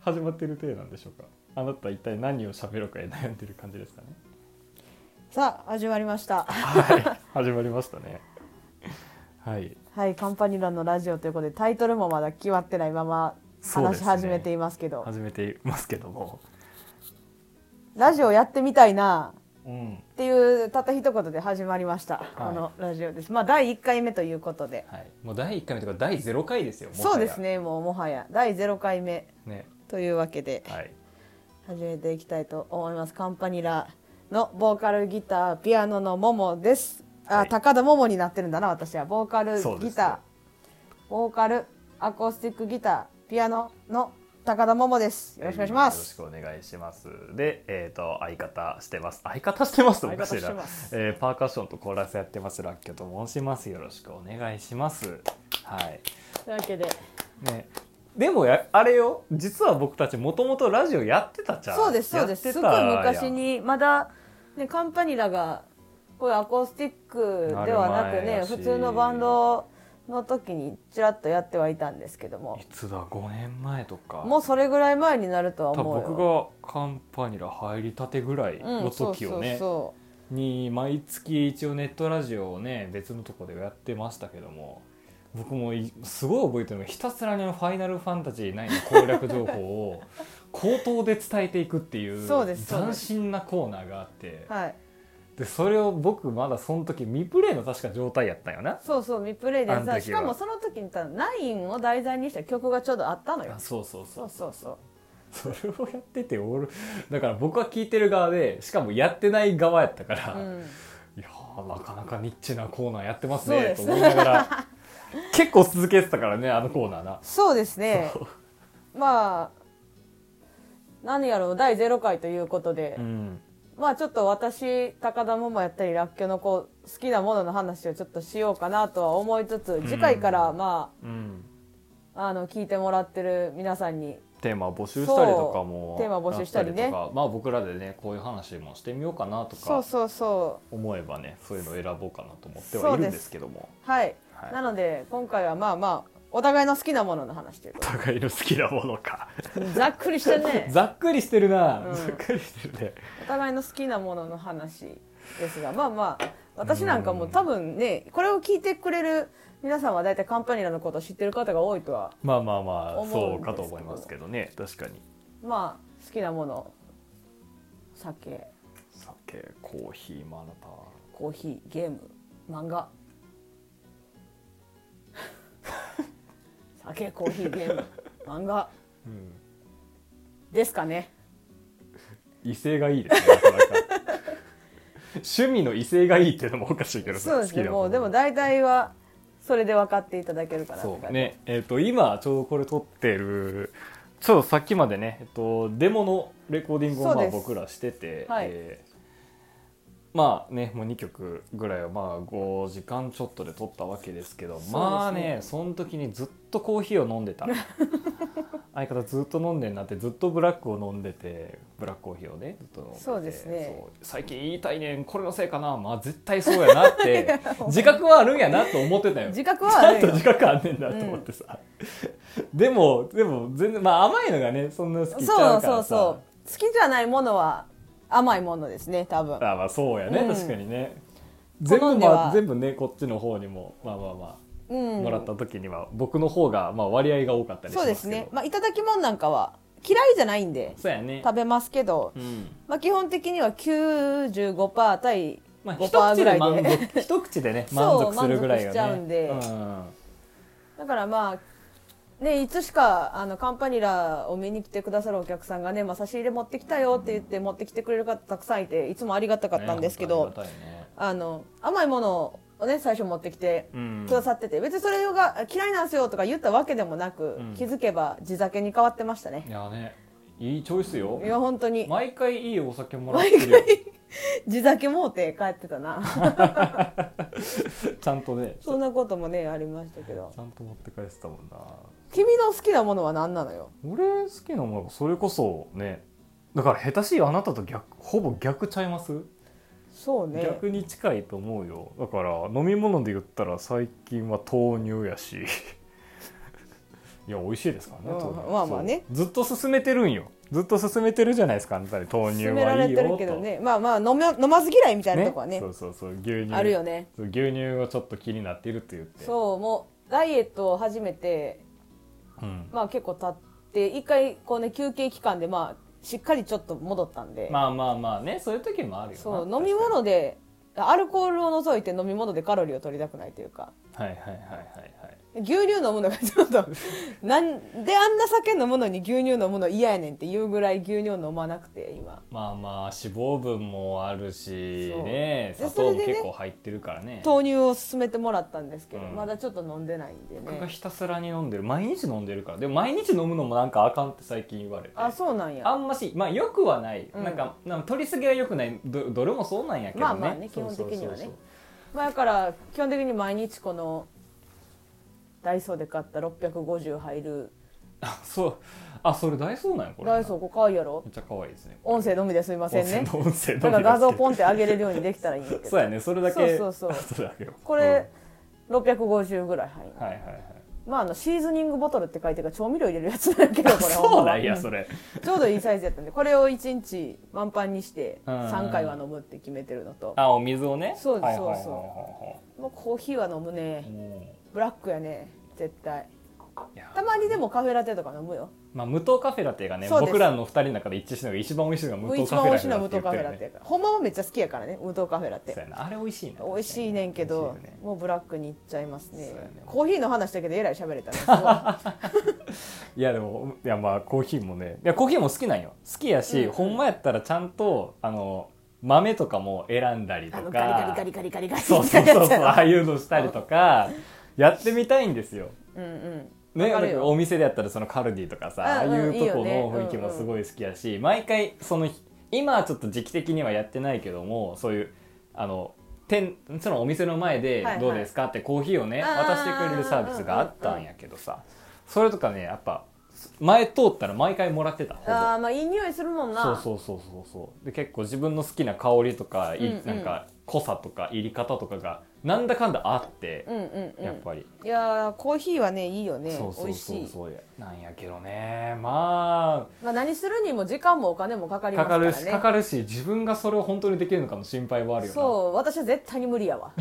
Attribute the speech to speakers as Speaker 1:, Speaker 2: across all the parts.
Speaker 1: 始まってる体なんでしょうかあなた一体何を喋ろうか悩んでる感じですかね
Speaker 2: さあ始まりました
Speaker 1: はい 始まりましたねはい
Speaker 2: はいカンパニラのラジオということでタイトルもまだ決まってないまま
Speaker 1: そうで
Speaker 2: 話
Speaker 1: す
Speaker 2: し
Speaker 1: ね
Speaker 2: 始めていますけど
Speaker 1: 始めてますけども
Speaker 2: ラジオやってみたいな
Speaker 1: うん
Speaker 2: っていうたった一言で始まりました、
Speaker 1: い
Speaker 2: このラジオですまあ第1回目ということで
Speaker 1: はいもう第1回目とか第0回ですよもはや
Speaker 2: そうですねもうもはや第0回目
Speaker 1: ね
Speaker 2: というわけで
Speaker 1: はい
Speaker 2: 始めていきたいと思いますカンパニラのボーカルギターピアノのモモですあ、
Speaker 1: はい
Speaker 2: 高田モモになってるんだな私はボーカル
Speaker 1: そうで
Speaker 2: ギ
Speaker 1: すね
Speaker 2: ターボーカルアコースティックギターピアノの高田モモですよろしくお願いします、
Speaker 1: よろしくお願いします。で、えっ、と相方してます。相方してます。おかしい
Speaker 2: 相方して
Speaker 1: な
Speaker 2: ます
Speaker 1: えーパーカッションとコーラスやってますラッキョと申します。よろしくお願いします。はい。
Speaker 2: というわけで
Speaker 1: ね。でもやあれよ、実は僕たちもともとラジオやってたじゃん。
Speaker 2: そうですそうです
Speaker 1: やっ
Speaker 2: す
Speaker 1: て
Speaker 2: ご
Speaker 1: た
Speaker 2: い
Speaker 1: やん
Speaker 2: 昔。にまだ、ね、カンパニラがこういうアコースティックではな
Speaker 1: な
Speaker 2: く
Speaker 1: る前
Speaker 2: ね
Speaker 1: やし
Speaker 2: 普通のバンドの時にちらっとやってはいたんですけども
Speaker 1: いつだ、5年前とか。
Speaker 2: もうそれぐらい前になるとは
Speaker 1: 多
Speaker 2: 思うよ
Speaker 1: 分僕がカンパニラ入りたてぐらい
Speaker 2: うん
Speaker 1: の時をね、
Speaker 2: そうそうそう
Speaker 1: に毎月一応ネットラジオをね別のとこでやってましたけども僕もいすごい覚えてるのがひたすらに「ファイナルファンタジー9」の攻略情報を口頭で伝えていくっていう
Speaker 2: そうですそう
Speaker 1: 斬
Speaker 2: です
Speaker 1: 新なコーナーがあって
Speaker 2: はい、
Speaker 1: でそれを僕まだその時未プレイの確か状態やったんよな。
Speaker 2: そうそうミプレイ
Speaker 1: あ
Speaker 2: で
Speaker 1: の時は
Speaker 2: さしかもその時にさナインを題材にした曲がちょうどあったのよ
Speaker 1: あそうそうそ
Speaker 2: そううそうそう
Speaker 1: それをやってて俺だから僕は聞いてる側でしかもやってない側やったから、
Speaker 2: うん
Speaker 1: いやーなかなかニッチなコーナーやってます
Speaker 2: そう
Speaker 1: ね
Speaker 2: です
Speaker 1: と思いながら結構続けてたからねあのコーナーな。
Speaker 2: そうですねまあ何やろう第0回ということで、
Speaker 1: うん、
Speaker 2: まあちょっと私高田桃やったりらっきょうの子好きなものの話をちょっとしようかなとは思いつつ次回からま
Speaker 1: うん、
Speaker 2: ああの聞いてもらってる皆さんに
Speaker 1: テーマ募集したりとかも
Speaker 2: そうテーマ募集したりね
Speaker 1: やっとかまあ僕らでねこういう話もしてみようかなと
Speaker 2: そ
Speaker 1: か
Speaker 2: うそうそ
Speaker 1: 思えばねそういうのを選ぼうかなと思ってはいるんですけども
Speaker 2: うはい、
Speaker 1: はい
Speaker 2: なので今回はまあまあお互いの好きなものの話というこ
Speaker 1: 互いの好きなものか
Speaker 2: とでざっくりしてるね
Speaker 1: ざっくりしてるな、
Speaker 2: うん
Speaker 1: ざっくりしてるね
Speaker 2: お互いの好きなものの話ですがまあまあ私なんかも多分ねこれを聞いてくれる皆さんは大体カンパニラのことを知ってる方が多いとは
Speaker 1: まあまあまあ
Speaker 2: 思
Speaker 1: そ
Speaker 2: うんですけど
Speaker 1: うかと思いますけどね確かに
Speaker 2: まあ好きなもの酒
Speaker 1: 酒コーヒーもあなた
Speaker 2: コーヒーゲーム 漫画酒コーヒーゲーム漫画
Speaker 1: うん
Speaker 2: ですかね
Speaker 1: 威勢がいいですねなか なか趣味の威勢がいいっていうのもおかしいけど
Speaker 2: そうですね
Speaker 1: 好きな
Speaker 2: も
Speaker 1: の
Speaker 2: うでも大体はそれで分かっていただけるかなって
Speaker 1: そ
Speaker 2: 感
Speaker 1: う
Speaker 2: じ
Speaker 1: ねえっ、と今ちょうどこれ撮ってるちょっとさっきまでね、えっと、デモのレコーディングを
Speaker 2: そう
Speaker 1: まあ
Speaker 2: です
Speaker 1: 僕らしてて、
Speaker 2: はい
Speaker 1: えーまあねもう2曲ぐらいはまあ5時間ちょっとで撮ったわけですけど
Speaker 2: そうですね
Speaker 1: まあねその時にずっとコーヒーを飲んで た相方ずっと飲んでんなってずっとブラックを飲んでてブラックコーヒーをねずっと飲んでて
Speaker 2: そうですね
Speaker 1: そう最近言いたいねんこれのせいかなまあ絶対そうやなって 自覚はあるんやなと思ってたよ
Speaker 2: 自覚
Speaker 1: ち
Speaker 2: はあ
Speaker 1: ゃん
Speaker 2: る
Speaker 1: と
Speaker 2: よ
Speaker 1: 自覚あんねんなと思ってさ、でもでも全然まあ甘いのがねそんな好きちゃ
Speaker 2: そうう
Speaker 1: から
Speaker 2: そ
Speaker 1: さ
Speaker 2: うそう好きじゃないものは甘いものですね多分
Speaker 1: あまあそうやね、
Speaker 2: うん
Speaker 1: 確かにね全部
Speaker 2: 好んでは
Speaker 1: まあ全部ねこっちの方にもまあまあま
Speaker 2: う
Speaker 1: あ
Speaker 2: ん
Speaker 1: もらった時には僕の方がまあ割合が多かったりし
Speaker 2: そ
Speaker 1: ま
Speaker 2: う
Speaker 1: すけ
Speaker 2: で
Speaker 1: ど
Speaker 2: すねまあいただきもんなんかは嫌いじゃないんで
Speaker 1: そうやね
Speaker 2: 食べますけど、
Speaker 1: うん
Speaker 2: まあ、基本的には95%対
Speaker 1: まあ、一
Speaker 2: 5%
Speaker 1: 口
Speaker 2: ぐら
Speaker 1: で
Speaker 2: いで、
Speaker 1: 満足一口でね満足するぐらいがね
Speaker 2: そう満足しちゃうんで
Speaker 1: うん
Speaker 2: だからまあねいつしかあのカンパニラを見に来てくださるお客さんがね、まあ、差し入れ持ってきたよって言って持ってきてくれる方たくさんいていつもありがたかったんですけど、
Speaker 1: ね本当にありがたいね
Speaker 2: あの甘いものをね最初持ってきて
Speaker 1: うん
Speaker 2: くださってて、別にそれが嫌いなんですよとか言ったわけでもなく、
Speaker 1: うん
Speaker 2: 気づけば地酒に変わってましたね
Speaker 1: い、やねいいチョイスよ
Speaker 2: いや本当に
Speaker 1: 毎回いいお酒もらってるよ
Speaker 2: 地酒もうて帰ってた な
Speaker 1: ちゃんとね
Speaker 2: そんなこともねありましたけど
Speaker 1: ちゃんと持って帰ってたもんな
Speaker 2: 君の好きなものは何なのよ
Speaker 1: 俺好きなものがそれこそねだから下手しいあなたと逆ほぼ逆ちゃいます、
Speaker 2: そうね
Speaker 1: 逆に近いと思うよだから飲み物で言ったら最近は豆乳やし いや美味しいですからね、
Speaker 2: うん
Speaker 1: 豆乳
Speaker 2: まあまあね
Speaker 1: そうずっと勧めてるんよずっと勧めてるじゃないですかあなたに豆乳
Speaker 2: 勧めら
Speaker 1: はい
Speaker 2: れ
Speaker 1: い
Speaker 2: て
Speaker 1: よ
Speaker 2: る
Speaker 1: と
Speaker 2: けどねまあまあ飲ま飲まず嫌いみたいなとこはね
Speaker 1: そうそうそう牛乳
Speaker 2: あるよね
Speaker 1: そう牛乳がちょっと気になっているって言って
Speaker 2: そうもうダイエットを始めて
Speaker 1: うん、
Speaker 2: まあ結構経って一回こうね休憩期間でまあしっかりちょっと戻ったんで、
Speaker 1: まあまあまあねそういう時もあるよな
Speaker 2: そう
Speaker 1: 確か
Speaker 2: 飲
Speaker 1: に
Speaker 2: み物でアルコールを除いて飲み物でカロリーを取りたくないというか
Speaker 1: はいはいはいはいはい
Speaker 2: 牛乳飲むのがちょ っとなんであんな酒飲むのに牛乳飲むの嫌やねんっていうぐらい牛乳飲まなくて今
Speaker 1: まあまあ脂肪分もあるし
Speaker 2: そう
Speaker 1: ね
Speaker 2: で
Speaker 1: 砂糖
Speaker 2: そ
Speaker 1: も
Speaker 2: れでね
Speaker 1: 結構入ってるからね
Speaker 2: 豆乳を勧めてもらったんですけど、
Speaker 1: うん
Speaker 2: まだちょっと飲んでないんで
Speaker 1: 僕が
Speaker 2: ね
Speaker 1: ひたすらに飲んでる毎日飲んでるからでも毎日飲むのもなんかあかんって最近言われて
Speaker 2: あそうなんや
Speaker 1: あんましまあよくはない、
Speaker 2: うん
Speaker 1: なんかなんか取りすぎはよくないどどれもそうなんやけどね,そ
Speaker 2: まあ
Speaker 1: う、
Speaker 2: まあね基本的にはね
Speaker 1: そう
Speaker 2: まあだから基本的に毎日このダイソーで買った650入る
Speaker 1: あそうあそれダイソーなんやこれ
Speaker 2: ダイソーこれ可愛いやろ
Speaker 1: めっちゃ可愛いですね
Speaker 2: 音声のみですいませんね
Speaker 1: 音声の音声のみ
Speaker 2: だから画像
Speaker 1: です
Speaker 2: ポンって上げれるようにできたらいいんだけ
Speaker 1: けど
Speaker 2: ど
Speaker 1: そうやねそれだけ
Speaker 2: そうそう
Speaker 1: 後
Speaker 2: そう
Speaker 1: であげよう
Speaker 2: これ、650ぐらい入る
Speaker 1: うんはいはいはい
Speaker 2: まああのシーズニングボトルって書いてるから調味料入れるやつだけどこれ
Speaker 1: そうなんや
Speaker 2: ほ
Speaker 1: そ
Speaker 2: ん
Speaker 1: れ
Speaker 2: まちょうどいいサイズやったんでこれを1日満パンにして
Speaker 1: うんうんうん
Speaker 2: 3回は飲むって決めてるのと
Speaker 1: あお水をね
Speaker 2: そうです
Speaker 1: はいはいはいはい
Speaker 2: そうそう
Speaker 1: は
Speaker 2: もうコーヒーは飲む
Speaker 1: い
Speaker 2: ね
Speaker 1: も
Speaker 2: ブラックやね絶対
Speaker 1: ういや
Speaker 2: たまにでもカフェラテとか飲むよ
Speaker 1: まあ、無糖カフェラテがね
Speaker 2: そうです
Speaker 1: 僕らの二人の中で一致したのが一番美味しいのが無糖
Speaker 2: 一
Speaker 1: カ
Speaker 2: 番
Speaker 1: フェ
Speaker 2: 美
Speaker 1: ラ
Speaker 2: 味
Speaker 1: テ
Speaker 2: しい
Speaker 1: だ
Speaker 2: の
Speaker 1: っ
Speaker 2: は無
Speaker 1: て言
Speaker 2: 糖
Speaker 1: って
Speaker 2: カ
Speaker 1: る
Speaker 2: フ
Speaker 1: よ
Speaker 2: ェラ
Speaker 1: ね
Speaker 2: テやからほんまはめっちゃ好きやからね無糖カフェラ
Speaker 1: そう
Speaker 2: テ
Speaker 1: やなあれ美味しいな
Speaker 2: 美味しいねんけど
Speaker 1: 美味しいよね
Speaker 2: もうブラックにいっちゃいますね
Speaker 1: そうやね
Speaker 2: コーヒーの話だけでえらい喋れたねすごい
Speaker 1: いやでもいやまあコーヒーもねいやコーヒーも好きなんよ好きやし、
Speaker 2: うん
Speaker 1: ほんまやったらちゃんとあの豆とかも選んだりと
Speaker 2: あの
Speaker 1: か
Speaker 2: ガリガリガリガリガリガリ
Speaker 1: そう
Speaker 2: み
Speaker 1: そ
Speaker 2: たいうな
Speaker 1: そう
Speaker 2: やつ
Speaker 1: そう
Speaker 2: や
Speaker 1: あ
Speaker 2: な
Speaker 1: あいうのしたりとかやってみたいんですよ
Speaker 2: うんうん
Speaker 1: ね、
Speaker 2: わ
Speaker 1: だ
Speaker 2: かる
Speaker 1: か
Speaker 2: よ
Speaker 1: らお店でやったらそのカルディとかさ、ああ
Speaker 2: うんうん
Speaker 1: いうとこ
Speaker 2: いいよ
Speaker 1: の
Speaker 2: ね
Speaker 1: 雰囲気もすごい好きやし、毎回その今はちょっと時期的にはやってないけどもそういうあの店そのお店の前で
Speaker 2: はいはい
Speaker 1: どうですかってコーヒーをね、
Speaker 2: あー
Speaker 1: 渡してくれるサービスがあったんやけどさ、それとかねやっぱ前通ったら毎回もらってたほぼ
Speaker 2: あーまあいい匂いするもんな
Speaker 1: そうそうそうそうそうで結構自分の好きな香りとか、い
Speaker 2: うんうん
Speaker 1: なんか濃さとか入り方とかがなんだかんだあって、
Speaker 2: うんうんうん
Speaker 1: やっぱり。
Speaker 2: いやーコーヒーはねいいよね
Speaker 1: そうそ
Speaker 2: 美
Speaker 1: う
Speaker 2: 味し
Speaker 1: そう
Speaker 2: い
Speaker 1: そうなんやけどねま
Speaker 2: まあ何するにも時間もお金もかか
Speaker 1: あ
Speaker 2: りま
Speaker 1: か
Speaker 2: すか
Speaker 1: から
Speaker 2: ね
Speaker 1: るしかかるし自分がそれを本当にできるのかの心配はあるよな
Speaker 2: そう私は絶対に無理 やわ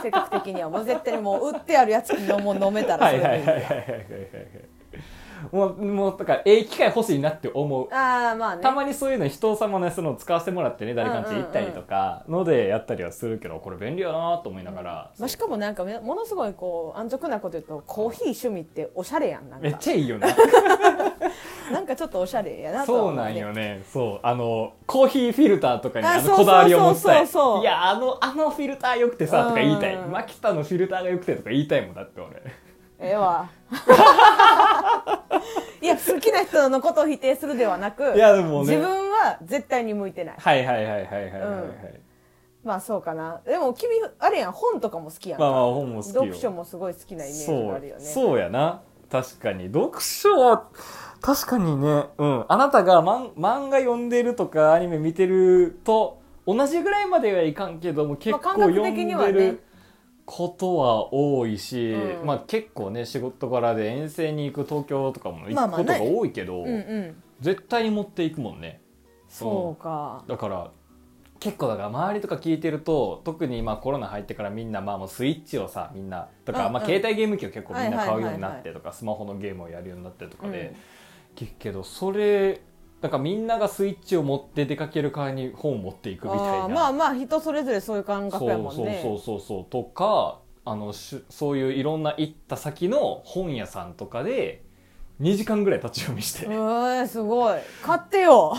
Speaker 2: 性格的にはもう絶対にもう売ってあるやつのもう飲めたら
Speaker 1: は
Speaker 2: そ
Speaker 1: い
Speaker 2: れ
Speaker 1: はいはい
Speaker 2: で
Speaker 1: はいはいはいはいもうもうだからええ機会欲しいなって思う
Speaker 2: ああまあね
Speaker 1: たまにそういうの人様のその使わせてもらってね誰かんち行ったりとかのでやったりはするけどこれ便利やなと思いながら、
Speaker 2: まあ、しかもなんかめものすごいこう安直なこと言うとコーヒー趣味っておしゃれやんなん
Speaker 1: めっ
Speaker 2: か
Speaker 1: ちゃいいよね
Speaker 2: なんかちょっとおしゃれやなとは
Speaker 1: そ
Speaker 2: 思
Speaker 1: う
Speaker 2: う、ね、
Speaker 1: なんよねそうあのコーヒーフィルターとかに
Speaker 2: あ
Speaker 1: あ
Speaker 2: そ
Speaker 1: の
Speaker 2: うそう
Speaker 1: こだわりを持ちたい
Speaker 2: そうそうそう
Speaker 1: いやあのあのフィルターよくてさとか言いたい
Speaker 2: うん
Speaker 1: マキタのフィルターがよくてとか言いたいもんだって俺
Speaker 2: ええ わいや好きな人のことを否定するではなく
Speaker 1: いやでもね
Speaker 2: 自分は絶対に向いてない
Speaker 1: はいはいはいはいはいはい、はい
Speaker 2: まあそうかなでも君あれやん本とかも好きやんか、
Speaker 1: まあまあ本も好きよ
Speaker 2: 読書もすごい好きなイメージがあるよね
Speaker 1: そうそうやな確かに読書は確かにねうんあなたが漫漫画読んでるとかアニメ見てると同じぐらいまではいかんけども結構
Speaker 2: 感覚
Speaker 1: 読んで
Speaker 2: 的にはね
Speaker 1: ることは多いし、
Speaker 2: うん
Speaker 1: まあ結構ね仕事柄で遠征に行く東京とかも
Speaker 2: ま
Speaker 1: 行
Speaker 2: あ
Speaker 1: く
Speaker 2: まあ
Speaker 1: ことが
Speaker 2: ね
Speaker 1: 多いけど、
Speaker 2: うんうん
Speaker 1: 絶対に持っていくもんね
Speaker 2: そうか
Speaker 1: だから結構だから周りとか聞いてると特にまあコロナ入ってからみんなまあもうスイッチをさみんなとか、
Speaker 2: うんうん
Speaker 1: まあ、携帯ゲーム機を結構みんな
Speaker 2: はいはい
Speaker 1: 買
Speaker 2: は
Speaker 1: う
Speaker 2: いはい
Speaker 1: ようになってとか、スマホのゲームをやるようになってとかで、聞くけどそれだからみんながスイッチを持って出かける代わりに本を持っていくみたいな
Speaker 2: あーまあまあ人それぞれそういう感覚やもんね
Speaker 1: そうそうそうそうとかあのしゅそういういろんな行った先の本屋さんとかで2時間ぐらい立ち読みして。
Speaker 2: えー、すごい買ってよ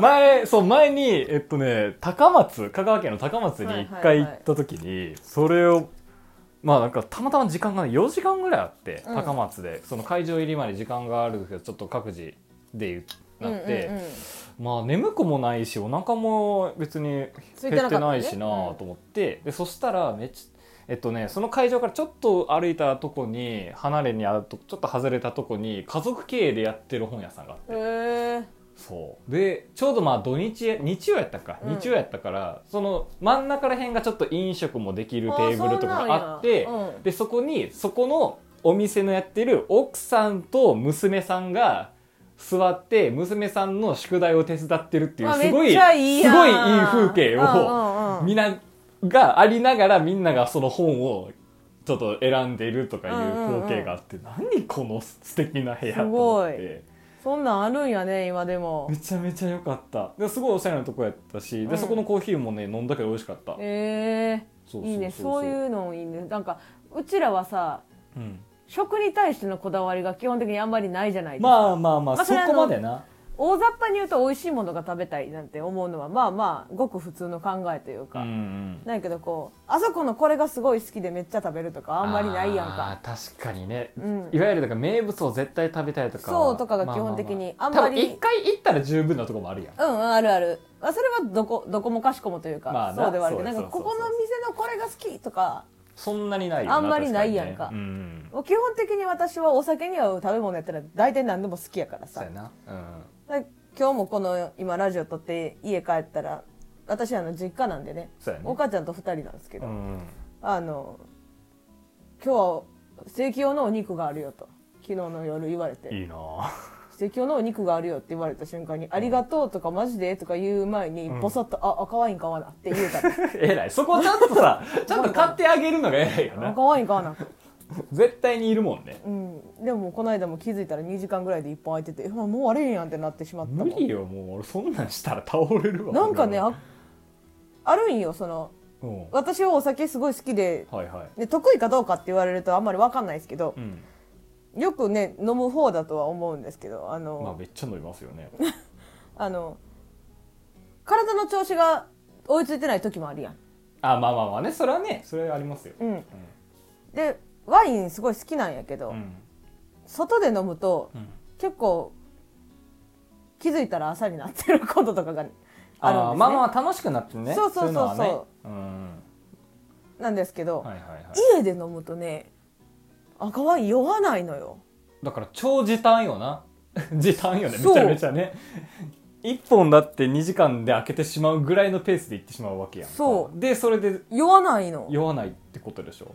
Speaker 1: 前、そう、前に、えっとね、高松、香川県の高松に一回行った時に、それを、まあなんか、たまたま時間がね4時間ぐらいあって、
Speaker 2: うん
Speaker 1: 高松で、その会場入りまで時間があるけど、ちょっと各自でなって、
Speaker 2: うんうんうん
Speaker 1: まあ眠くもないし、お腹も別に
Speaker 2: ついて
Speaker 1: 減
Speaker 2: なか
Speaker 1: っ
Speaker 2: った
Speaker 1: て
Speaker 2: ね
Speaker 1: ないしなぁと思って、で、そしたら、めっちゃ、えっとね、その会場からちょっと歩いたとこに、離れにあると、ちょっと外れたとこに、家族経営でやってる本屋さんがあって
Speaker 2: へえ
Speaker 1: そうでちょうどまあ土日日曜やったか、
Speaker 2: うん
Speaker 1: 日曜やったからその真ん中ら辺がちょっと飲食もできる
Speaker 2: あ
Speaker 1: テーブルとかがあって
Speaker 2: そうなんやうん
Speaker 1: でそこにそこのお店のやってる奥さんと娘さんが座って娘さんの宿題を手伝ってるっていう
Speaker 2: あ
Speaker 1: すごい
Speaker 2: めっちゃいいやん
Speaker 1: すごいいい風景
Speaker 2: うん
Speaker 1: を
Speaker 2: うんうん
Speaker 1: みんながありながらみんながその本をちょっと選んでるとかい
Speaker 2: うんうんう
Speaker 1: うん光景があって何この素敵な部屋
Speaker 2: す
Speaker 1: と
Speaker 2: ご
Speaker 1: 思
Speaker 2: い
Speaker 1: って。
Speaker 2: そんなんあるんやね今でも
Speaker 1: めちゃめちゃ良かったですごいおしゃれなとこやったし、
Speaker 2: う
Speaker 1: で
Speaker 2: ん
Speaker 1: そこのコーヒーもね飲んだけど美味しかった
Speaker 2: え
Speaker 1: そ
Speaker 2: え
Speaker 1: う
Speaker 2: いいねそ
Speaker 1: う、
Speaker 2: ういうのいいねなんかうちらはさ
Speaker 1: うん、
Speaker 2: 食に対してのこだわりが基本的にあんまりないじゃないですか、
Speaker 1: まあまあまあ、
Speaker 2: まあ
Speaker 1: そ
Speaker 2: それ
Speaker 1: こまでな
Speaker 2: 大雑把に言うと美味しいものが食べたいなんて思うのはまあまあごく普通の考えという
Speaker 1: う
Speaker 2: か、
Speaker 1: んうん
Speaker 2: ないけどこうあそこのこれがすごい好きでめっちゃ食べるとかあんまりないやんか
Speaker 1: あー確かにね、
Speaker 2: うん
Speaker 1: いわゆるだから名物を絶対食べたいとかは
Speaker 2: そうとかが基本的に
Speaker 1: まあ
Speaker 2: あんまり
Speaker 1: 多分一回行ったら十分なとこもあるやん
Speaker 2: うんうんあるある、まあ、それはどこどこもかしこもというか、
Speaker 1: まあな
Speaker 2: そうではあるけど
Speaker 1: そ
Speaker 2: な
Speaker 1: うんや
Speaker 2: か
Speaker 1: そう
Speaker 2: こ
Speaker 1: そう
Speaker 2: こ
Speaker 1: そう
Speaker 2: の店のこれが好きとか
Speaker 1: そんなにないよな
Speaker 2: あんまりないやんか
Speaker 1: 確にねうん
Speaker 2: もう基本的に私はお酒に合う食べ物やったら大体何でも好きやから
Speaker 1: そ
Speaker 2: さ
Speaker 1: うやなうん
Speaker 2: だ今日もこの今ラジオ撮って家帰ったら私あの実家なんでね
Speaker 1: そうやね
Speaker 2: お母ちゃんと2人なんですけ
Speaker 1: う
Speaker 2: ど、
Speaker 1: ん
Speaker 2: あの今日はステーキ用のお肉があるよと昨日の夜言われ
Speaker 1: い
Speaker 2: て
Speaker 1: いなぁ
Speaker 2: ステーキ用のお肉があるよって言われた瞬間に「ありがとう」とか「マジで?」とか言う前にボソッと「あ赤ワイン買わな」って言 うたら
Speaker 1: えらいそこちゃんとさちゃんと買ってあげるのがえらいよ
Speaker 2: 「
Speaker 1: な
Speaker 2: 赤ワイン買わな」
Speaker 1: 絶対にいるもんね
Speaker 2: うんでももうこの間も気づいたら2時間ぐらいで1本空いてて「えもう終われへんやん」ってなってしまったも
Speaker 1: 無
Speaker 2: ん
Speaker 1: 理よもう俺そんなんしたら倒れるわ
Speaker 2: なんかね
Speaker 1: 俺は
Speaker 2: ああるんよその
Speaker 1: うんは
Speaker 2: 私はお酒すごい好きで
Speaker 1: いはい
Speaker 2: で得意かどうかって言われるとあんまり分かんないですけど
Speaker 1: う、ん
Speaker 2: よくね飲む方だとは思うんですけどあの、
Speaker 1: まあめっちゃ飲みますよね
Speaker 2: あの体の調子が追いついてない時もあるやん、
Speaker 1: あまあまあまあねそれはねそれはありますよ
Speaker 2: うん、でワインすごい好きなんやけど、
Speaker 1: うん
Speaker 2: 外で飲むと
Speaker 1: うん
Speaker 2: 結構気づいたら朝になってることとかがあるんです、
Speaker 1: ー
Speaker 2: ね、
Speaker 1: まあまあ楽しくなってね
Speaker 2: そうそうそうそう
Speaker 1: いのはねうん
Speaker 2: なんですけど、
Speaker 1: はいはいはい
Speaker 2: 家で飲むとね赤ワイン酔わないのよ
Speaker 1: だから超時短よな 時短よねめ
Speaker 2: そう
Speaker 1: ちゃめちゃね1本だって2時間で開けてしまうぐらいのペースでいってしまうわけやんか
Speaker 2: そう
Speaker 1: でそれで
Speaker 2: 酔わないの
Speaker 1: 酔わないってことでしょ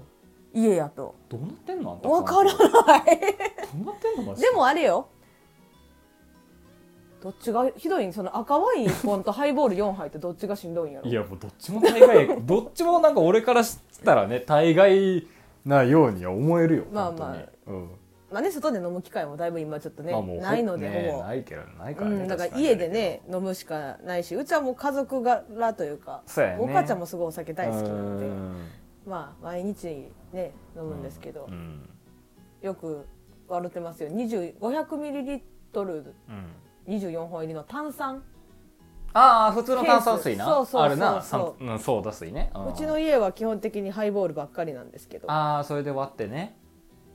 Speaker 2: 家やと
Speaker 1: どうなってんのあんた
Speaker 2: わから
Speaker 1: ど
Speaker 2: ない
Speaker 1: うなってんのマジ
Speaker 2: でもあれよどっちがひどいんその赤ワイン1本とハイボール4杯ってどっちがしんどいんやろ
Speaker 1: いやもうどっちも大 概どっちもなんか俺からしたらね大概なようには思えるよ
Speaker 2: まあまあ
Speaker 1: 本当にうん
Speaker 2: まあね外で飲む機会もだいぶ今ちょっとね、
Speaker 1: まあもうほ
Speaker 2: ないので、
Speaker 1: ね
Speaker 2: ほぼ
Speaker 1: ないけどないから
Speaker 2: う
Speaker 1: ね、
Speaker 2: ん、だから
Speaker 1: 確に
Speaker 2: 家でね飲むしかないしうちはもう家族らというか
Speaker 1: そうやね
Speaker 2: お母ちゃんもすごいお酒大好きな
Speaker 1: うん
Speaker 2: で
Speaker 1: ん
Speaker 2: まあ毎日ね飲むんですけど、
Speaker 1: うん
Speaker 2: よく笑ってますよ20 500ミリリットル
Speaker 1: うん
Speaker 2: 24本入りの炭酸
Speaker 1: ああ普通の炭酸水な
Speaker 2: ケースそうそうそうそう
Speaker 1: あるな酸うんそうだ水ね、ん
Speaker 2: うちの家は基本的にハイボールばっかりなんですけど
Speaker 1: ああそれで割ってね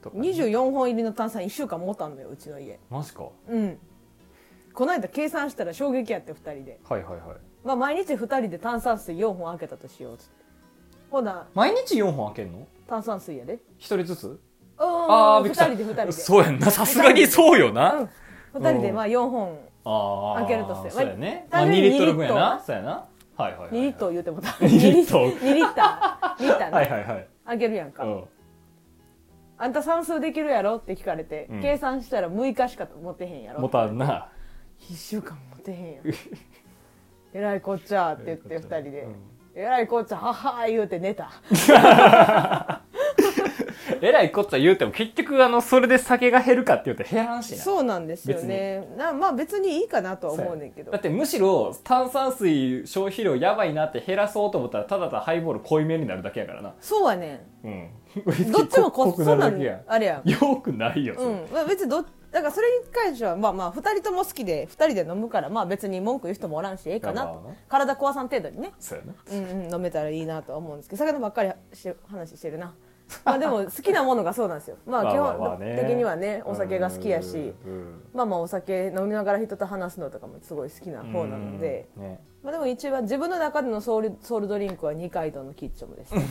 Speaker 1: とかね
Speaker 2: 24本入りの炭酸1週間持たんのようちの家
Speaker 1: マジかは
Speaker 2: うんこの間計算したら衝撃やって2人で、
Speaker 1: いはいはい
Speaker 2: まあ、毎日2人で炭酸水4本開けたとしようっつってほな
Speaker 1: 毎日4本開けんの
Speaker 2: 炭酸水やで
Speaker 1: 一人ずつ
Speaker 2: うーん
Speaker 1: あーびっく
Speaker 2: 2
Speaker 1: りした
Speaker 2: 人で2人で
Speaker 1: そうやんなさすがにそうよな、
Speaker 2: うん、2人でまあ4本
Speaker 1: ああ
Speaker 2: 開けるとして
Speaker 1: そうやね、まあ、
Speaker 2: 単
Speaker 1: 2
Speaker 2: 純に
Speaker 1: リットル分や
Speaker 2: 2リット
Speaker 1: な
Speaker 2: ル
Speaker 1: そうやなはいはいはい、はい、
Speaker 2: 2リットル言うてもた
Speaker 1: 2リットル
Speaker 2: 2リッター2リッターね
Speaker 1: はいはいはい
Speaker 2: 開けるやんか、
Speaker 1: うん
Speaker 2: あんた算数できるやろって聞かれて、
Speaker 1: うん
Speaker 2: 計算したら6日しか持てへんやろ
Speaker 1: 持たんな
Speaker 2: 1週間持てへんやん えらいこっちゃーって言って
Speaker 1: え
Speaker 2: 2
Speaker 1: らいこっちゃ
Speaker 2: 人で「えらいこっちゃはっはー」言うて寝 た
Speaker 1: えらいこっちゃ言うても結局あのそれで酒が減るかって言うと減らんしな
Speaker 2: そうなんですよねなまあ別にいいかなとは思うねんけど
Speaker 1: だってむしろ炭酸水消費量やばいなって減らそうと思ったらただただハイボール濃いめになるだけやからな
Speaker 2: そうはね
Speaker 1: うん
Speaker 2: んどっちもこっ
Speaker 1: 濃
Speaker 2: そ
Speaker 1: くな
Speaker 2: な
Speaker 1: るだ
Speaker 2: ん
Speaker 1: けや
Speaker 2: あれやん
Speaker 1: よくないよそれ、
Speaker 2: うんまあ、別にどだからそれに関してはまあまあ2人とも好きで2人で飲むからまあ別に文句言う人もおらんしええかな
Speaker 1: まあま
Speaker 2: と
Speaker 1: あね
Speaker 2: 体壊さん程度にね、
Speaker 1: そうやな
Speaker 2: うんうん、飲めたらいいなとは思うんですけど魚ばっかりし話してるな まあでも好きなものがそうなんですよまあ
Speaker 1: まあ
Speaker 2: 基
Speaker 1: まあまあ
Speaker 2: 本
Speaker 1: ね
Speaker 2: 的にはねお酒が好きやし
Speaker 1: うん
Speaker 2: まあまあお酒飲みながら人と話すのとかもすごい好きな方なので、
Speaker 1: うんね、
Speaker 2: まあ、でも一番自分の中でのソウルソウルドリンクは二階堂のキッチョムです、ね、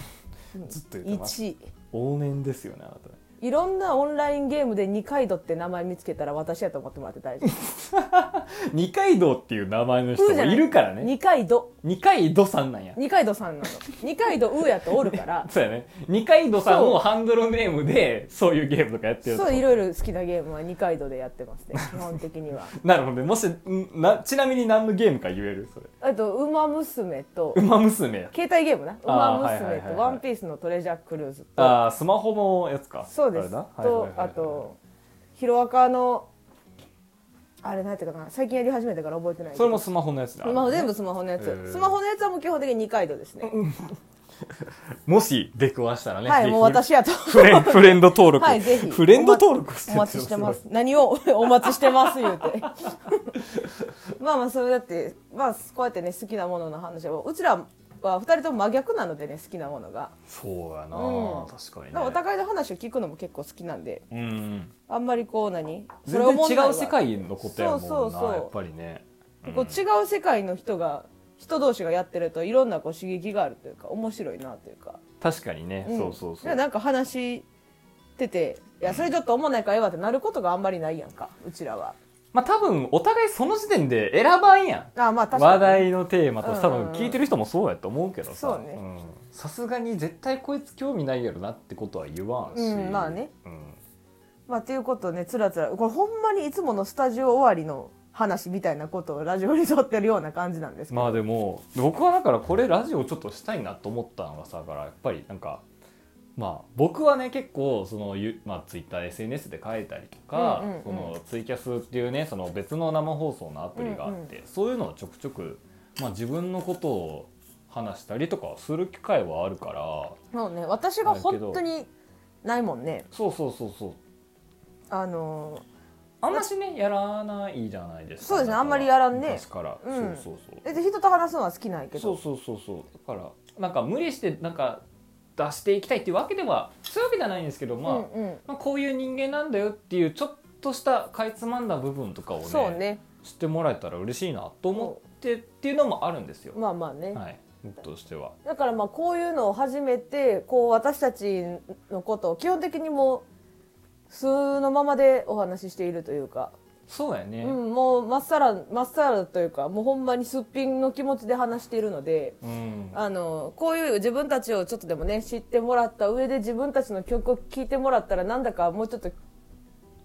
Speaker 1: ずっと言ってます
Speaker 2: 1位
Speaker 1: 往年ですよねあなたね
Speaker 2: いろんなオンラインゲームで二階堂って名前見つけたら私やと思ってもらって大丈夫。
Speaker 1: 二階堂っていう名前の人もいるからね
Speaker 2: 二階堂。
Speaker 1: 二階堂さんなんや
Speaker 2: 二階堂さんなの。二階堂うーやとおるから。
Speaker 1: そうやね二階堂さんをハンドルネームでそういうゲームとかやってる
Speaker 2: そう、いろいろ好きなゲームは二階堂でやってま すね。基本的には。
Speaker 1: なるほどねもしんなちなみに何のゲームか言えるそれ
Speaker 2: あと、ウマ娘と
Speaker 1: 「ウ、マ娘」や
Speaker 2: 携帯ゲームな。ウ
Speaker 1: あー
Speaker 2: マ
Speaker 1: はいは
Speaker 2: 娘
Speaker 1: いはい
Speaker 2: と、
Speaker 1: はい
Speaker 2: ワンピースのトレジャークルーズと、
Speaker 1: ああスマホのやつか
Speaker 2: そうです。
Speaker 1: あれだはいはい
Speaker 2: と
Speaker 1: はい、はい
Speaker 2: あと、ヒロアカの、あれ何やってかな。最近やり始めたから覚えてないけど。
Speaker 1: それもスマホのやつだ
Speaker 2: スマホ全部スマホのやつ、
Speaker 1: へー
Speaker 2: スマホのやつはもう基本的に二階堂ですね、
Speaker 1: もし出くわしたらね
Speaker 2: はい
Speaker 1: ぜひ
Speaker 2: もう 私やと
Speaker 1: フレンフレンド登録、
Speaker 2: はいぜひ
Speaker 1: フレンド登録して
Speaker 2: お待ちしてます何を お待ちしてます言 うてまあまあそれだってまあこうやってね好きなものの話をうちらは二人とも真逆なのでね好きなものが、
Speaker 1: そうやな、
Speaker 2: うん
Speaker 1: 確かに
Speaker 2: だ
Speaker 1: ね
Speaker 2: からお互いの話を聞くのも結構好きなんで
Speaker 1: うん
Speaker 2: あんまりこう何
Speaker 1: 全然違う世界のことやもんな
Speaker 2: そうそうそう
Speaker 1: やっぱりね
Speaker 2: こう違う世界の人が人同士がやってるといろんなこう刺激があるというか面白いなというか
Speaker 1: 確かにね、
Speaker 2: ん
Speaker 1: そうそうそ
Speaker 2: で
Speaker 1: う
Speaker 2: なんか話してて「いやそれちょっと思わないからええわ」ってなることがあんまりないやんかうちらは
Speaker 1: まあ多分お互いその時点で選ばんやん
Speaker 2: あまあ確かに
Speaker 1: 話題のテーマとして多
Speaker 2: うんう
Speaker 1: 分
Speaker 2: ん
Speaker 1: 聞いてる人もそうやと思うけどさ
Speaker 2: そうね
Speaker 1: んさすがに絶対こいつ興味ないやろなってことは言わんし、
Speaker 2: うんまあね
Speaker 1: うん
Speaker 2: まあということをねつらつらこれほんまにいつものスタジオ終わりの話みたいなことをラジオに沿ってるような感じなんですけど、
Speaker 1: まあでも僕はだからこれラジオちょっとしたいなと思ったのがさだからやっぱりなんかまあ僕はね結構そのゆ、まあ、ツイッター SNS で書いたりとか、
Speaker 2: うんうんうん
Speaker 1: このツイキャスっていうねその別の生放送のアプリがあって、そういうのをちょくちょく、まあ、自分のことを話したりとかする機会はあるから
Speaker 2: もうね私が本当にないもんね
Speaker 1: そうそうそうそう
Speaker 2: あの
Speaker 1: あんましねやらないじゃないですか
Speaker 2: そうです
Speaker 1: だ
Speaker 2: ね
Speaker 1: から
Speaker 2: あんまりやらんね
Speaker 1: 昔から、
Speaker 2: うん
Speaker 1: そうそうそう
Speaker 2: ーえ人と話すのは好きなんやけ
Speaker 1: そ
Speaker 2: ど
Speaker 1: うそうそうそうだからなんか無理してなんか出していきたいっていうわけではそういうわけじゃないんですけど、まあ
Speaker 2: うんうん
Speaker 1: まあこういう人間なんだよっていうちょっとしたかいつまんだ部分とかを
Speaker 2: そう
Speaker 1: ね
Speaker 2: ね
Speaker 1: 知ってもらえたら嬉しいなと思ってっていうのもあるんですよ、
Speaker 2: まあまあね、
Speaker 1: はい僕としては
Speaker 2: だからまあこういうのを始めてこう私たちのことを基本的にもう素のままでお話ししているというか、
Speaker 1: そうやね、
Speaker 2: うん、もうまっさらまっさらというかもうほんまにすっぴんの気持ちで話しているので
Speaker 1: うん
Speaker 2: あのこういう自分たちをちょっとでもね知ってもらった上で自分たちの曲を聴いてもらったらなんだかもうちょっと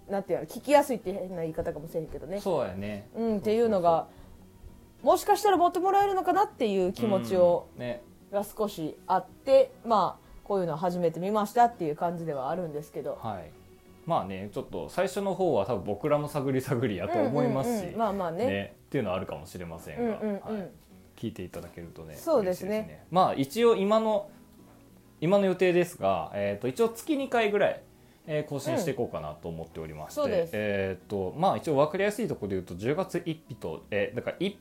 Speaker 2: なんていうの聞きやすいって変な言い方かもしれんけどね、
Speaker 1: そうやね
Speaker 2: うん、っていうのがもしかしたら持ってもらえるのかなっていう気持ちを、
Speaker 1: うんね
Speaker 2: が少しあってまあこういうのを始めてみましたっていう感じではあるんですけど
Speaker 1: はいまあねちょっと最初の方は多分僕らも探り探りやと思いますし、
Speaker 2: うんうんうんまあまあね
Speaker 1: っていうのはあるかもしれません
Speaker 2: うん
Speaker 1: が、
Speaker 2: うんうん、
Speaker 1: はい聞いていただけるとね
Speaker 2: そうですね
Speaker 1: 嬉しいまあ一応今の今の予定ですが、えー、と一応月2回ぐらい、えー更新していこうかなと思っておりまして、
Speaker 2: うんそうです
Speaker 1: えっ、とまあ一応分かりやすいところで言うと10月1日と、えー、だからいい